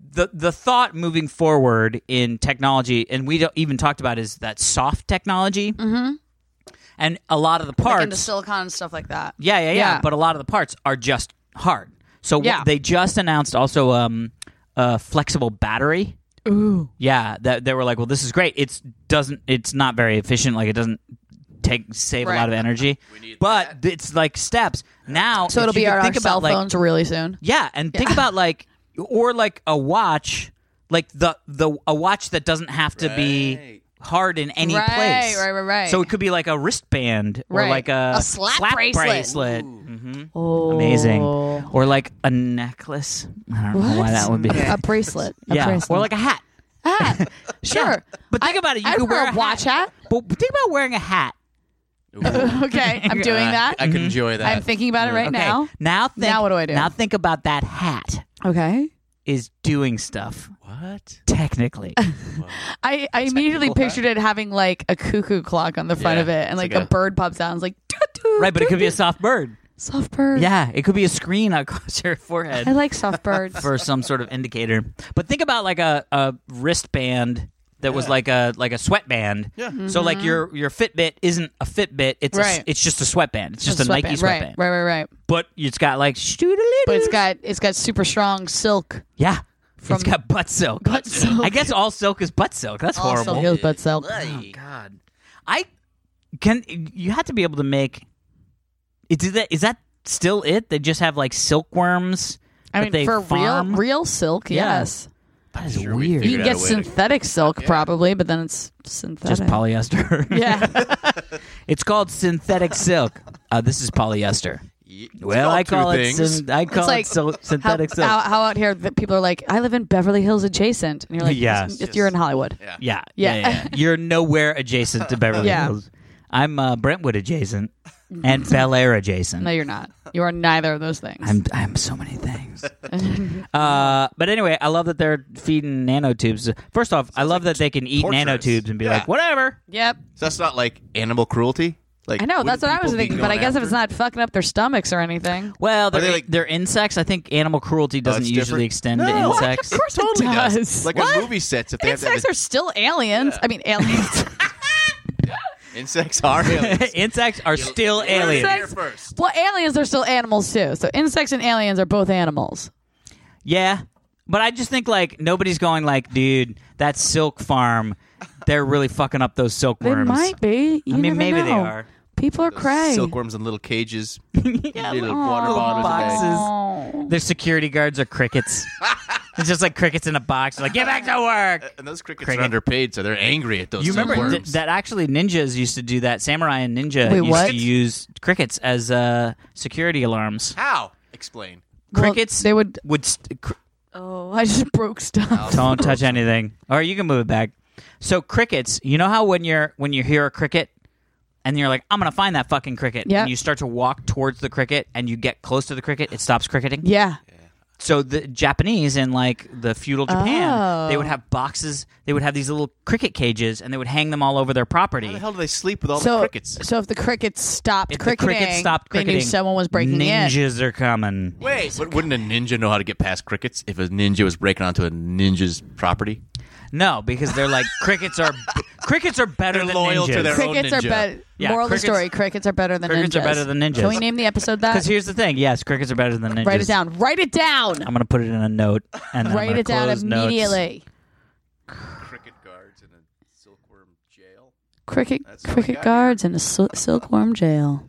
D: the the thought moving forward in technology, and we don't even talked about is that soft technology, mm-hmm. and a lot of the parts
A: Like into silicon and stuff like that.
D: yeah, yeah, yeah,
A: Yeah.
D: But a lot of the parts are just hard. So wh-
A: Yeah.
D: they just announced also um, a flexible battery. Ooh. Yeah, that they were like, well, this is great. It's doesn't. It's not very efficient. Like it doesn't take save a
A: Right.
D: lot of energy. But it's like steps now.
A: So
D: if
A: it'll
D: you
A: be
D: could
A: our, our
D: think
A: cell
D: about, like,
A: phones really soon.
D: yeah, and think about like or like a watch, like the the a watch that doesn't have to be
C: Right.
D: hard in any
A: Right,
D: place.
A: right, right, right.
D: So it could be like a wristband or
A: Right.
D: like a,
A: A slap bracelet.
D: bracelet. Mhm.
A: Oh.
D: Amazing. Or like a necklace. I don't know why that would be.
A: a bracelet. A
D: yeah.
A: bracelet.
D: Or like a hat.
A: ah, sure.
D: But think about it. You
A: I'd
D: could
A: wear
D: wear
A: a watch hat.
D: But think about wearing a hat.
A: okay, I'm doing that.
C: Ah,
A: Mm-hmm.
C: I could enjoy that.
A: I'm thinking about it right
D: Okay.
A: now.
D: Now think
A: Now what do I do?
D: Now think about that hat
A: Okay.
D: is doing stuff
C: What?
D: technically.
A: I, I immediately
C: Technical
A: pictured it having like a cuckoo clock on the front
C: Yeah,
A: of it and
C: it's
A: like,
C: like
A: a,
C: a-
A: bird pops out and it's like, doo-doo,
D: right, but it could be a
A: doo-doo.
D: soft bird.
A: soft bird.
D: Yeah, it could be a screen across your forehead
A: I like soft birds.
D: for some sort of indicator. But think about like a, a wristband that was like a like a sweatband.
C: Yeah.
D: So like your your Fitbit isn't a Fitbit. It's a s
A: Mm-hmm. Right.
D: it's just a sweatband. It's just a, Nike
A: Right,
D: sweatband.
A: Right, right, right.
D: But it's got like
A: But it's got it's got super strong silk.
D: yeah.
A: From-
D: it's got butt silk.
A: Butt silk.
D: I guess all silk is butt silk. That's horrible.
A: Silk is but silk.
D: Oh God. I can. You have to be able to make. It, is that is that still it? They just have like silkworms.
A: I
D: that
A: mean,
D: they
A: for
D: farm?
A: real real silk,
D: Yeah.
A: yes.
D: That is
C: Sure we
D: weird.
A: You
C: Figured
A: can
C: out
A: get
C: a way to-
A: synthetic silk probably, but then it's synthetic.
D: Just polyester.
A: Yeah.
D: It's called synthetic silk. Uh, this is polyester. Well,
C: called
D: I call
C: two
D: it
C: things.
D: syn- I
A: It's
D: call
A: like
D: it sil-
A: how,
D: synthetic silk.
A: how, how out here that people are like, I live in Beverly Hills adjacent, and you're like,
D: Yeah.
A: yes, you're in Hollywood.
D: yeah,
A: Yeah.
D: yeah, yeah, yeah. You're nowhere adjacent to Beverly
A: Yeah.
D: Hills. I'm uh, Brentwood adjacent and Bel Air adjacent.
A: No, you're not. You are neither of those things.
D: I'm I'm so many things. uh, but anyway, I love that they're feeding nanotubes. First off, I love that they can eat
C: torturous.
D: nanotubes and be
C: Yeah.
D: like, whatever.
A: yep.
C: So that's not like animal cruelty. Like
A: I know.
C: wouldn't
A: That's what I was
C: people be
A: thinking. But I
C: going
A: guess if
C: after-
A: it's not fucking up their stomachs or anything.
D: Well, they're,
C: they
D: they
C: like- Oh,
D: are insects. I think animal cruelty doesn't
C: it's
D: usually
C: different?
D: extend to
C: No. What?
D: insects.
A: Of course
C: Totally
A: it does.
C: Like
A: what?
C: on movie sets, if they have
A: Insects
C: to
A: are still aliens. I mean, aliens.
C: are insects are aliens.
D: insects are still aliens.
A: Insects-
C: first.
A: well, aliens are still animals too. So insects and aliens are both animals.
D: Yeah. But I just think like nobody's going like, dude, that silk farm, they're really fucking up those silkworms.
A: They might be. You
D: I mean,
A: never
D: maybe they
A: know.
D: are.
A: People are cray.
C: Silkworms in little cages, little water
D: little
C: bottles.
D: boxes.
C: and
A: Oh.
D: Their security guards are crickets. it's just like crickets in a box. Like, get back to work.
C: they- And those crickets
D: Cricket.
C: are underpaid, so they're angry at those
D: You
C: silkworms.
D: remember th- that actually ninjas used to do that. Samurai and ninja
A: Wait,
D: used
A: what?
D: to use crickets as uh, security alarms.
C: How? Explain.
A: Well,
D: Crickets
A: they would.
D: would st- cr-
A: Oh, I just broke stuff.
D: don't touch anything. Or you can move it back. So crickets, you know how when you're when you hear a cricket and you're like, I'm gonna find that fucking cricket.
A: Yeah.
D: And you start to walk towards the cricket and you get close to the cricket, it stops cricketing.
A: Yeah.
D: So the Japanese in like the feudal Japan,
A: Oh.
D: they would have boxes. They would have these little cricket cages, and they would hang them all over their
C: How
D: property.
C: the hell do they sleep with all
A: So,
C: the crickets?
A: so if the crickets stopped
D: If the
A: cricketing,
D: cricket stopped cricketing,
A: they knew someone was breaking in.
D: ninjas are coming.
C: Wait, but wouldn't a ninja know how to get past crickets if a ninja was breaking onto a ninja's property?
D: No, because they're like crickets are crickets are better
C: They're
D: than
C: loyal to
D: ninjas.
C: their own
A: Crickets are
C: ninja.
A: better.
D: Yeah,
A: moral of
D: crickets-
A: the story: crickets are better than
D: Crickets are
A: ninjas.
D: better than ninjas.
A: Can we name the episode that?
D: Because here's the thing, yes, crickets are better than ninjas.
A: Write it down. Write it down.
D: I'm gonna put it in a note and then I'm
A: Write
D: gonna
A: it down
D: close notes.
A: immediately.
C: Cricket guards in a silkworm jail.
A: Cricket
C: That's all we
A: cricket
C: got
A: guards in a sil- silkworm jail.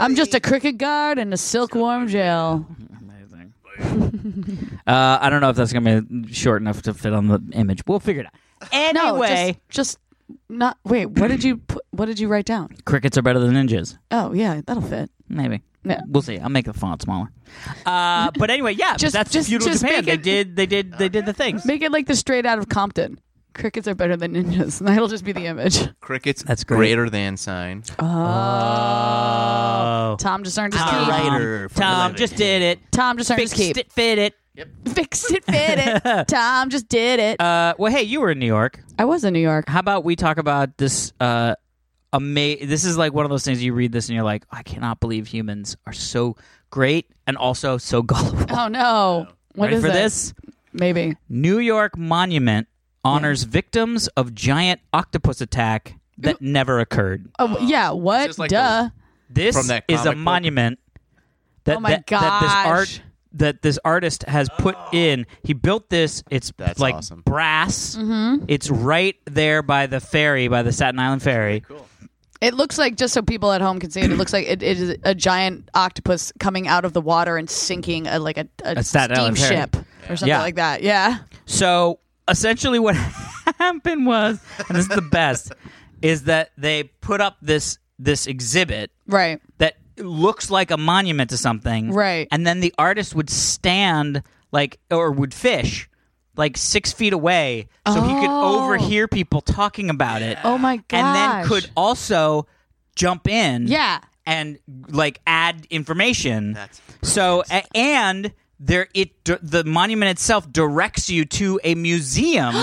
A: I'm just a cricket guard in a silkworm jail.
D: Amazing. uh, I don't know if that's gonna be short enough to fit on the image. We'll figure it out.
A: No,
D: Anyway,
A: just, just not. Wait, what did you put, what did you write down?
D: crickets are better than ninjas.
A: Oh yeah, that'll fit.
D: Maybe.
A: Yeah.
D: We'll see. I'll make the font smaller. Uh, but anyway, yeah,
A: Just-
D: that's
A: just-
D: feudal
A: just
D: Japan.
A: make
D: They
A: it-
D: did. They did. They did the things.
A: Make it like the straight out of Compton. Crickets are better than ninjas. And that'll just be the image.
C: Crickets.
D: That's great.
C: greater than sign.
D: Oh,
A: Tom just earned his
D: Tom,
A: keep.
C: writer for a
D: Tom
C: living.
D: just did it.
A: Tom just earned his
D: Fixed
A: keep.
D: it. Fit it.
A: Fixed it, fit it. Tom just did it.
D: Uh, well, hey, you were in New York.
A: I was in New York.
D: How about we talk about this? Uh, ama- This is like one of those things you read this and you're like, I cannot believe humans are so great and also so gullible.
A: Oh no. What
D: Ready
A: is
D: for
A: it?
D: this?
A: Maybe.
D: New York monument honors victims of giant octopus attack that never occurred.
A: Oh yeah, what?
C: just like
A: Duh.
D: This
C: From that
D: is a
C: comic book?
D: monument that,
A: Oh my
D: that, that this
A: gosh.
D: art that this artist has put in. He built this. It's
C: Oh. That's
D: like
C: awesome.
D: brass.
A: Mm-hmm.
D: It's right there by the ferry, by the Staten Island ferry.
A: It looks like just so people at home can see it. It looks like it, it is a giant octopus coming out of the water and sinking a, like a, a,
D: A Staten Island ferry.
A: steamship or something
D: Yeah.
A: like that. Yeah.
D: So essentially, what happened was, and this is the best, is that they put up this this exhibit
A: Right.
D: that looks like a monument to something.
A: Right.
D: And then the artist would stand like or would fish like six feet away so he could
A: Oh.
D: overhear people talking about it.
A: Oh my gosh.
D: And then could also jump in.
A: Yeah.
D: And like add information.
C: That's
D: so a- and there it d- the monument itself directs you to a museum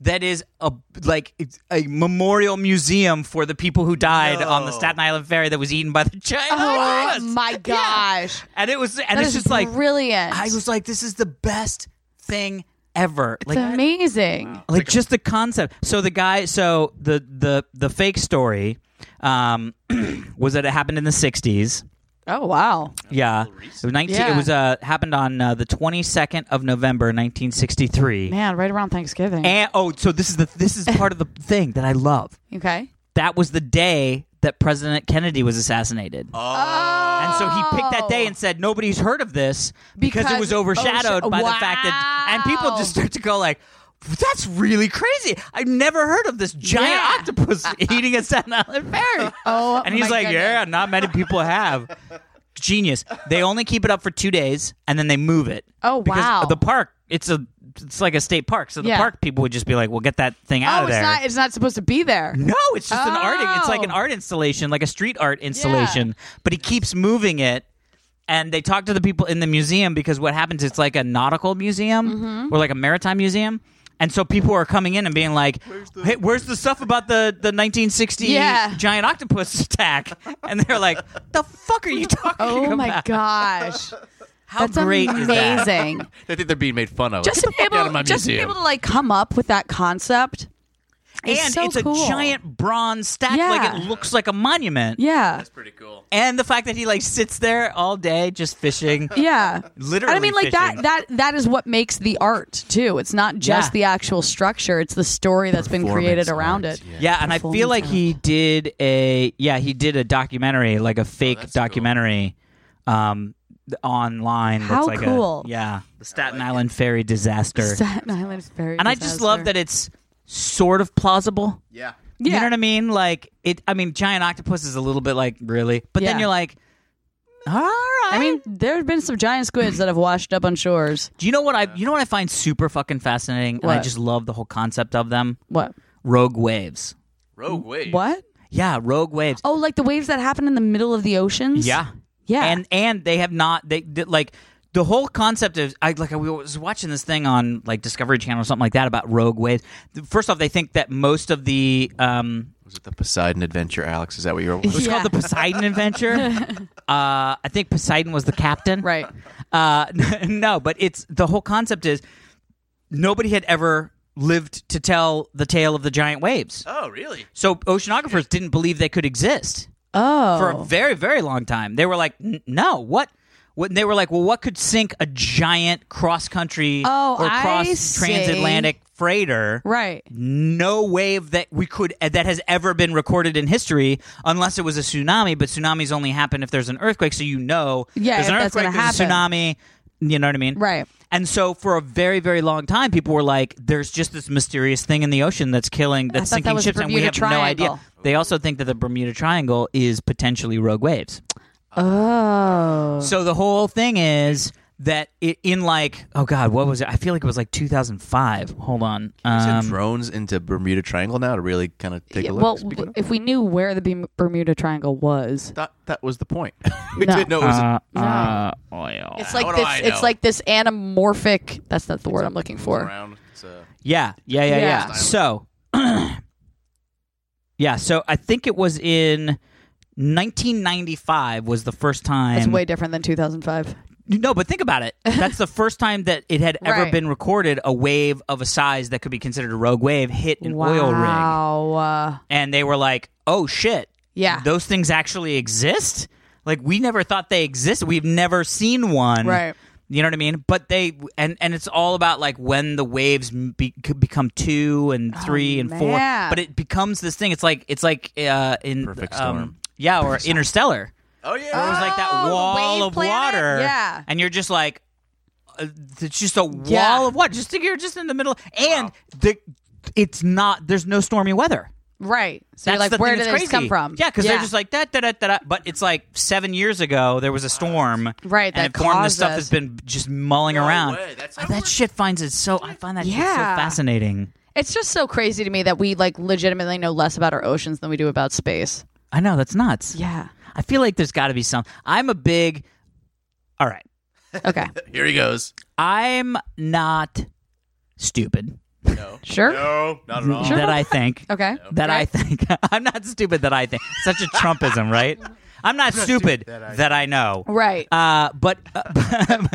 D: that is a like it's a memorial museum for the people who died on the Staten Island ferry that was eaten by the giant
A: Oh
D: octopus.
A: my gosh.
D: And it was and
A: That
D: it's
A: is
D: just like
A: brilliant.
D: I was like this is the best thing ever.
A: It's
D: like
A: amazing.
D: like just the concept. So the guy, so the the the fake story um, was that it happened in the '60s.
A: Oh wow.
D: Yeah, it was 19,
A: Yeah.
D: It was uh, happened on uh, the 22nd of November, 1963.
A: Man, right around Thanksgiving.
D: And oh, so this is the this is part of the thing that I love.
A: okay.
D: That was the day that President Kennedy was assassinated.
A: Oh.
D: And so he picked that day and said nobody's heard of this because, it
A: Because
D: was overshadowed
A: oversha-
D: by the fact that and people
A: Wow.
D: just start to go like that's really crazy. I've never heard of this giant
A: Yeah.
D: octopus eating a Staten Island ferry.
A: Oh,
D: and he's
A: my
D: like,
A: goodness.
D: yeah, not many people have. Genius. They only keep it up for two days and then they move it.
A: Oh,
D: Because
A: wow.
D: The park, it's a, it's like a state park. So the
A: Yeah.
D: park people would just be like, "Well, get that thing out
A: Oh,
D: of
A: it's
D: there."
A: not. It's not supposed to be there.
D: No, it's just an art. It's like an
A: Oh.
D: art installation, like a street art installation. But he keeps moving it, and they talk to the people in the museum because what happens? It's like a nautical museum
A: Mm-hmm.
D: or like a maritime museum. And so people are coming in and being like, "Hey, where's the stuff about the, the 1960
A: Yeah.
D: giant octopus attack?" And they're like, "The fuck are you talking about?
A: Oh my gosh.
D: How
A: That's
D: great is that?"
A: amazing.
C: I think they're being made fun of.
A: just
C: Get
A: to
C: the
A: be
C: fuck out of
A: able,
C: my
A: just to be
C: museum.
A: able to like come up with that concept. is
D: and
A: so
D: it's
A: cool.
D: a giant bronze statue. Like
A: Yeah.
D: it looks like a monument.
A: Yeah.
C: pretty cool.
D: And the fact that he like sits there all day just fishing.
A: Yeah.
D: Literally
A: I mean like that
D: fishing.
A: that that is what makes the art too. It's not just
D: Yeah.
A: the actual structure, it's the story that's been created
C: Performance
A: around
C: art,
A: it.
C: yeah.
D: Yeah, and I feel
A: Performance
D: like he did a yeah he did a documentary like a fake documentary, um, th- online.
A: How
D: that's like
A: cool.
D: A, yeah, the Staten Island ferry disaster.
A: Staten Island is very
D: and I just love that it's sort of plausible.
C: Yeah.
A: yeah.
D: You know what I mean? Like it. I mean, giant octopus is a little bit like really, but then
A: Yeah.
D: you're like, all right.
A: I mean, there have been some giant squids that have washed up on shores.
D: do you know what I? You know what I find super fucking fascinating, and I
A: What?
D: just love the whole concept of them.
A: What?
D: Rogue waves.
C: Rogue wave.
A: What?
D: Yeah, rogue waves.
A: Oh, like the waves that happen in the middle of the oceans?
D: Yeah.
A: Yeah.
D: And and they have not they, they- like the whole concept of I like I was watching this thing on like Discovery Channel or something like that about rogue waves. First off, they think that most of the um
C: Was it the Poseidon Adventure, Alex? Is that what you were watching?
D: it was
A: Yeah.
D: called the Poseidon Adventure. uh, I think Poseidon was the captain.
A: Right.
D: Uh, no, but it's the whole concept is nobody had ever lived to tell the tale of the giant waves.
C: Oh, really?
D: So oceanographers didn't believe they could exist.
A: Oh.
D: for a very very long time. They were like, "N- "No, what What they were like, well, what could sink a giant cross country
A: Oh,
D: or
A: I
D: cross
A: see.
D: transatlantic freighter?
A: Right.
D: no wave that we could that has ever been recorded in history unless it was a tsunami but tsunamis only happen if there's an earthquake so you know
A: Yeah,
D: there's an
A: if that's
D: earthquake
A: gonna
D: there's a tsunami you know what i mean
A: Right.
D: and so for a very very long time people were like there's just this mysterious thing in the ocean that's killing that's
A: thought that
D: sinking
A: was the
D: ships and we
A: Bermuda
D: have no idea
A: Triangle.
D: they also think that the bermuda triangle is potentially rogue waves
A: Oh.
D: Uh, so the whole thing is that it, in like oh god what was it i feel like it was like 2005 hold on
C: Send
D: um,
C: drones into Bermuda Triangle now to really kind of take
A: Yeah,
C: a look.
A: well,
C: Speak
A: w-
C: it up.
A: if we knew where the Berm- Bermuda Triangle was,
C: that, that was the point. we
A: No.
C: didn't know it was.
D: uh,
A: No.
D: uh, oil.
A: it's
C: How
A: like
C: do
A: this.
C: I know?
A: It's like this anamorphic. That's not the word I'm looking for.
C: Around. It's, uh,
D: Yeah, yeah, yeah, yeah.
A: Yeah.
D: So, yeah, so I think it was in 1995 was the first time.
A: It's way different than 2005.
D: no, but think about it. That's the first time that it had ever
A: Right.
D: been recorded a wave of a size that could be considered a rogue wave hit an oil rig,
A: Wow. Uh,
D: and they were like, "Oh shit,
A: yeah.
D: those things actually exist." Like we never thought they existed. We've never seen one.
A: Right.
D: You know what I mean? But they and and it's all about like when the waves be, could become two and three and four.
A: Oh, man.
D: But it becomes this thing. It's like it's like uh, in
C: Perfect
D: um,
C: storm.
D: yeah, or Interstellar.
C: oh
D: It
C: yeah.
D: was like that
A: Oh, the
D: wall
A: wave
D: of
A: planet?
D: water.
A: Yeah.
D: and you're just like. uh, It's just a wall
A: Yeah.
D: of what? Just you're just in the middle, and the it's not. There's no stormy weather.
A: Right. So you're
D: That's
A: like,
D: the
A: where
D: thing
A: did
D: that's
A: this come
D: crazy.
A: from?
D: Yeah, because they're just like da da da da. da. But it's like seven years ago there was a storm,
A: Right,
D: And
A: that
D: it formed this
A: caused
D: stuff
A: this.
D: that's been just mulling around.
C: way. That's
D: Uh,
C: how it
D: that
C: works.
D: shit finds it so. I find that shit
A: Yeah.
D: so fascinating.
A: It's just so crazy to me that we like legitimately know less about our oceans than we do about space.
D: I know that's nuts.
A: Yeah.
D: I feel like there's got to be some. I'm a big. All right,
A: Okay.
C: Here he goes.
D: I'm not stupid
C: No.
A: Sure.
C: No, not at all.
D: that I think.
A: Oh. Okay.
D: That I
A: Right.
D: think I'm not stupid. That I think such a Trumpism, right? I'm not, stupid, that, I, know.
A: Right.
D: Uh, but uh,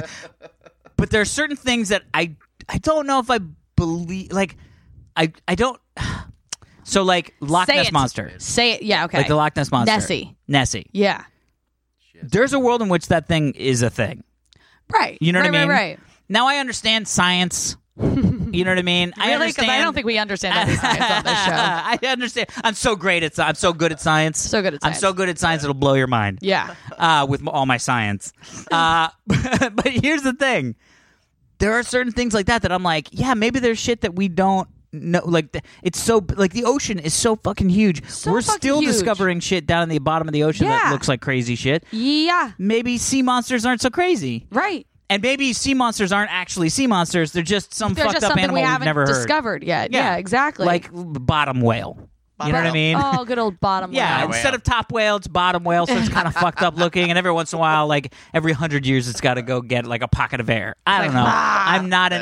D: but there are certain things that I I don't know if I believe. Like I I don't. So like Loch
A: Say
D: Ness
A: it.
D: monster,
A: Say it. Yeah. Okay.
D: like the Loch Ness monster,
A: Nessie.
D: Nessie.
A: yeah.
D: There's a world in which that thing is a thing.
A: Right.
D: You know
A: right,
D: what I mean?
A: Right. Right.
D: Now I understand science. you know what I mean? I
A: Really?
D: understand.
A: Because I don't think we understand any science on this show.
D: I understand. I'm so great at. sci- I'm so good at science.
A: So good at
D: I'm
A: science.
D: so good at science. It'll blow your mind.
A: Yeah.
D: uh, with m- all my science. Uh, but here's the thing: there are certain things like that that I'm like, yeah, maybe there's shit that we don't know. Like th- it's so like the ocean is so fucking huge.
A: So
D: We're
A: fucking
D: still
A: huge.
D: discovering shit down in the bottom of the ocean that
A: Yeah.
D: looks like crazy shit.
A: Yeah.
D: Maybe sea monsters aren't so crazy.
A: Right.
D: And maybe sea monsters aren't actually sea monsters. They're just some
A: They're
D: fucked
A: just
D: up
A: something we
D: animal have
A: haven't
D: never
A: discovered yet.
D: heard.
A: Yeah. exactly.
D: Like bottom whale. you know what I mean?
A: Oh, good old bottom
D: Yeah,
A: line.
C: whale.
D: instead of top whale, it's bottom whale, so it's kind of fucked up looking. And every once in a while, like every hundred years, it's got to go get like a pocket of air. I don't know.
A: "Ah,
D: I'm not an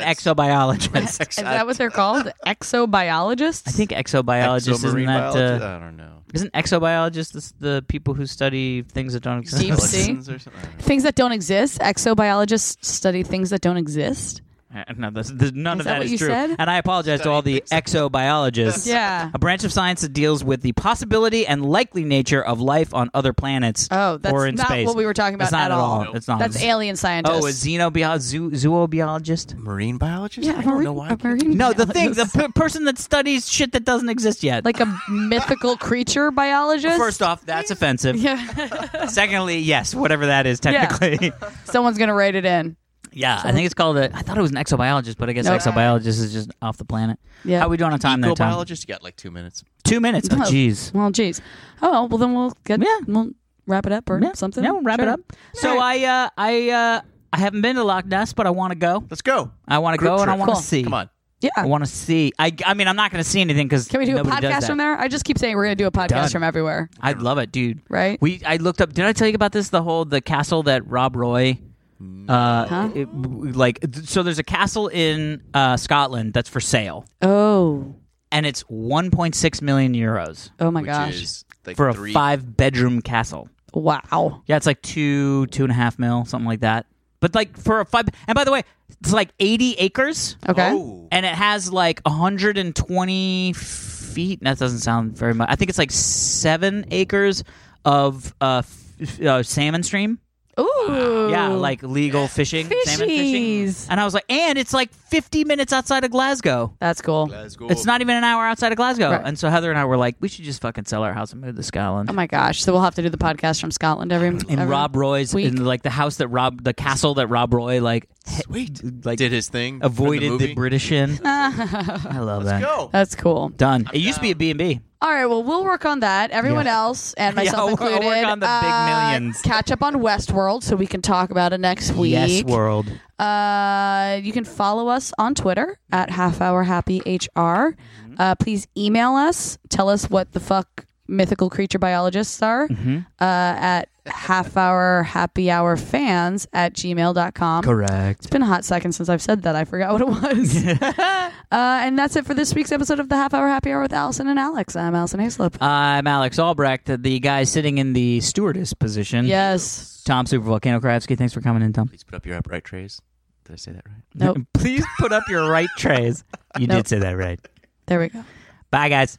D: exobiologist.
A: Is that what they're called? Exobiologists?
D: I think exobiologist isn't
C: Exomarine
D: that?
C: biologist?
D: Uh,
C: I don't know.
D: isn't exobiologist this, the people who study things that don't exist?
A: Deep sea?
C: Lessons or something? I don't know.
A: things that don't exist. Exobiologists study things that don't exist.
D: Uh, no, this, this, none
A: Is
D: of
A: that
D: that
A: what
D: is
A: you
D: true.
A: said?
D: And I apologize to all the exobiologists.
A: Yeah.
D: A branch of science that deals with the possibility and likely nature of life on other planets
A: Oh, that's
D: or in
A: not
D: space.
A: what we were talking about at
D: That's not at all.
A: all.
D: That's not.
A: That's alien scientists.
D: Oh, a xenobiologist, zoo, zoobiologist.
C: Marine biologist?
A: yeah,
C: I
A: a
C: don't
A: marine-
C: know why.
A: a marine
D: No, the thing,
A: biologist.
D: the per- person that studies shit that doesn't exist yet.
A: like a mythical creature biologist.
D: first off, that's offensive.
A: yeah,
D: Secondly, yes, whatever that is technically. Yeah,
A: someone's gonna write it in.
D: I think it's called a. I thought it was an exobiologist, but I guess
A: Nope.
D: exobiologist is just off the planet.
A: Yeah.
D: How are we doing on time there, Tom?
C: biologist? You got like two minutes.
D: Two minutes. Oh, jeez.
A: Well, geez. Oh, well then we'll get.
D: Yeah.
A: we'll wrap it up or
D: Yeah,
A: something.
D: yeah, we'll wrap it
A: Sure.
D: up. So I, uh, I, uh, I haven't been to Loch Ness, but I want to go.
C: Let's go.
D: I want to go and I
C: trip.
D: want to
A: Cool.
D: see.
C: Come on.
D: I
A: Yeah.
D: want to see. I, I mean, I'm not going to see anything because
A: Can we do a
D: nobody does
A: podcast
D: that.
A: from there? I just keep saying we're gonna do a podcast
D: Done.
A: from everywhere.
D: I'd love it, dude.
A: Right?
D: We I looked up. Did I tell you about this? The whole the castle that Rob Roy. Uh,
A: Huh?
D: it- like th- so, there's a castle in uh, Scotland that's for sale,
A: Oh.
D: and it's 1.6 million euros
A: Oh my
C: Which
A: gosh.
C: is like
D: for a
C: three,
D: five-bedroom castle.
A: Wow.
D: Yeah, it's like two, two and a half mil, something like that. But like for a five, and by the way, it's like 80 acres,
A: Okay.
C: Oh.
D: and it has like 120 feet. That doesn't sound very much. I think it's like seven acres of uh, f- uh salmon stream.
A: Ooh.
D: Yeah, like legal fishing, salmon
A: Fishies.
D: fishing. And I was like, and it's like 50 minutes outside of Glasgow.
A: That's cool.
D: It's not even an hour outside of Glasgow.
A: Right.
D: And so Heather and I were like, we should just fucking sell our house and move to Scotland.
A: Oh my gosh. So we'll have to do the podcast from Scotland every
D: and
A: every-
D: Rob Roy's
A: week.
D: in like the house that Rob, the castle that Rob Roy like
C: Sweet.
D: like
C: Did his thing.
D: avoided
C: from
D: the,
C: movie.
D: British in. I love that.
C: Go.
A: That's cool.
D: Done. it used to be a B and B.
A: All right, well, we'll work on that. Everyone else and
D: Yeah,
A: myself
D: I'll work- I'll
A: included.
D: work on the big
A: uh,
D: millions.
A: Catch up on Westworld so we can talk about it next week.
D: Yes, world.
A: Uh, you can follow us on Twitter at Half Hour Happy HR.
D: Mm-hmm.
A: Uh, please email us. Tell us what the fuck mythical creature biologists are
D: Mm-hmm.
A: uh, at half hour happy hour fans at gmail.com.
D: Correct.
A: It's been a hot second since I've said that. I forgot what it was. uh, and that's it for this week's episode of the Half Hour Happy Hour with Allison and Alex. I'm Allison Hayslip.
D: I'm Alex Albrecht, the guy sitting in the stewardess position.
A: yes.
D: Tom Super Volcano Kravsky, thanks for coming in, Tom.
C: Please put up your upright trays. Did I say that right?
A: Nope.
D: Please put up your right trays. You
A: Nope.
D: did say that right.
A: There we go.
D: Bye, guys.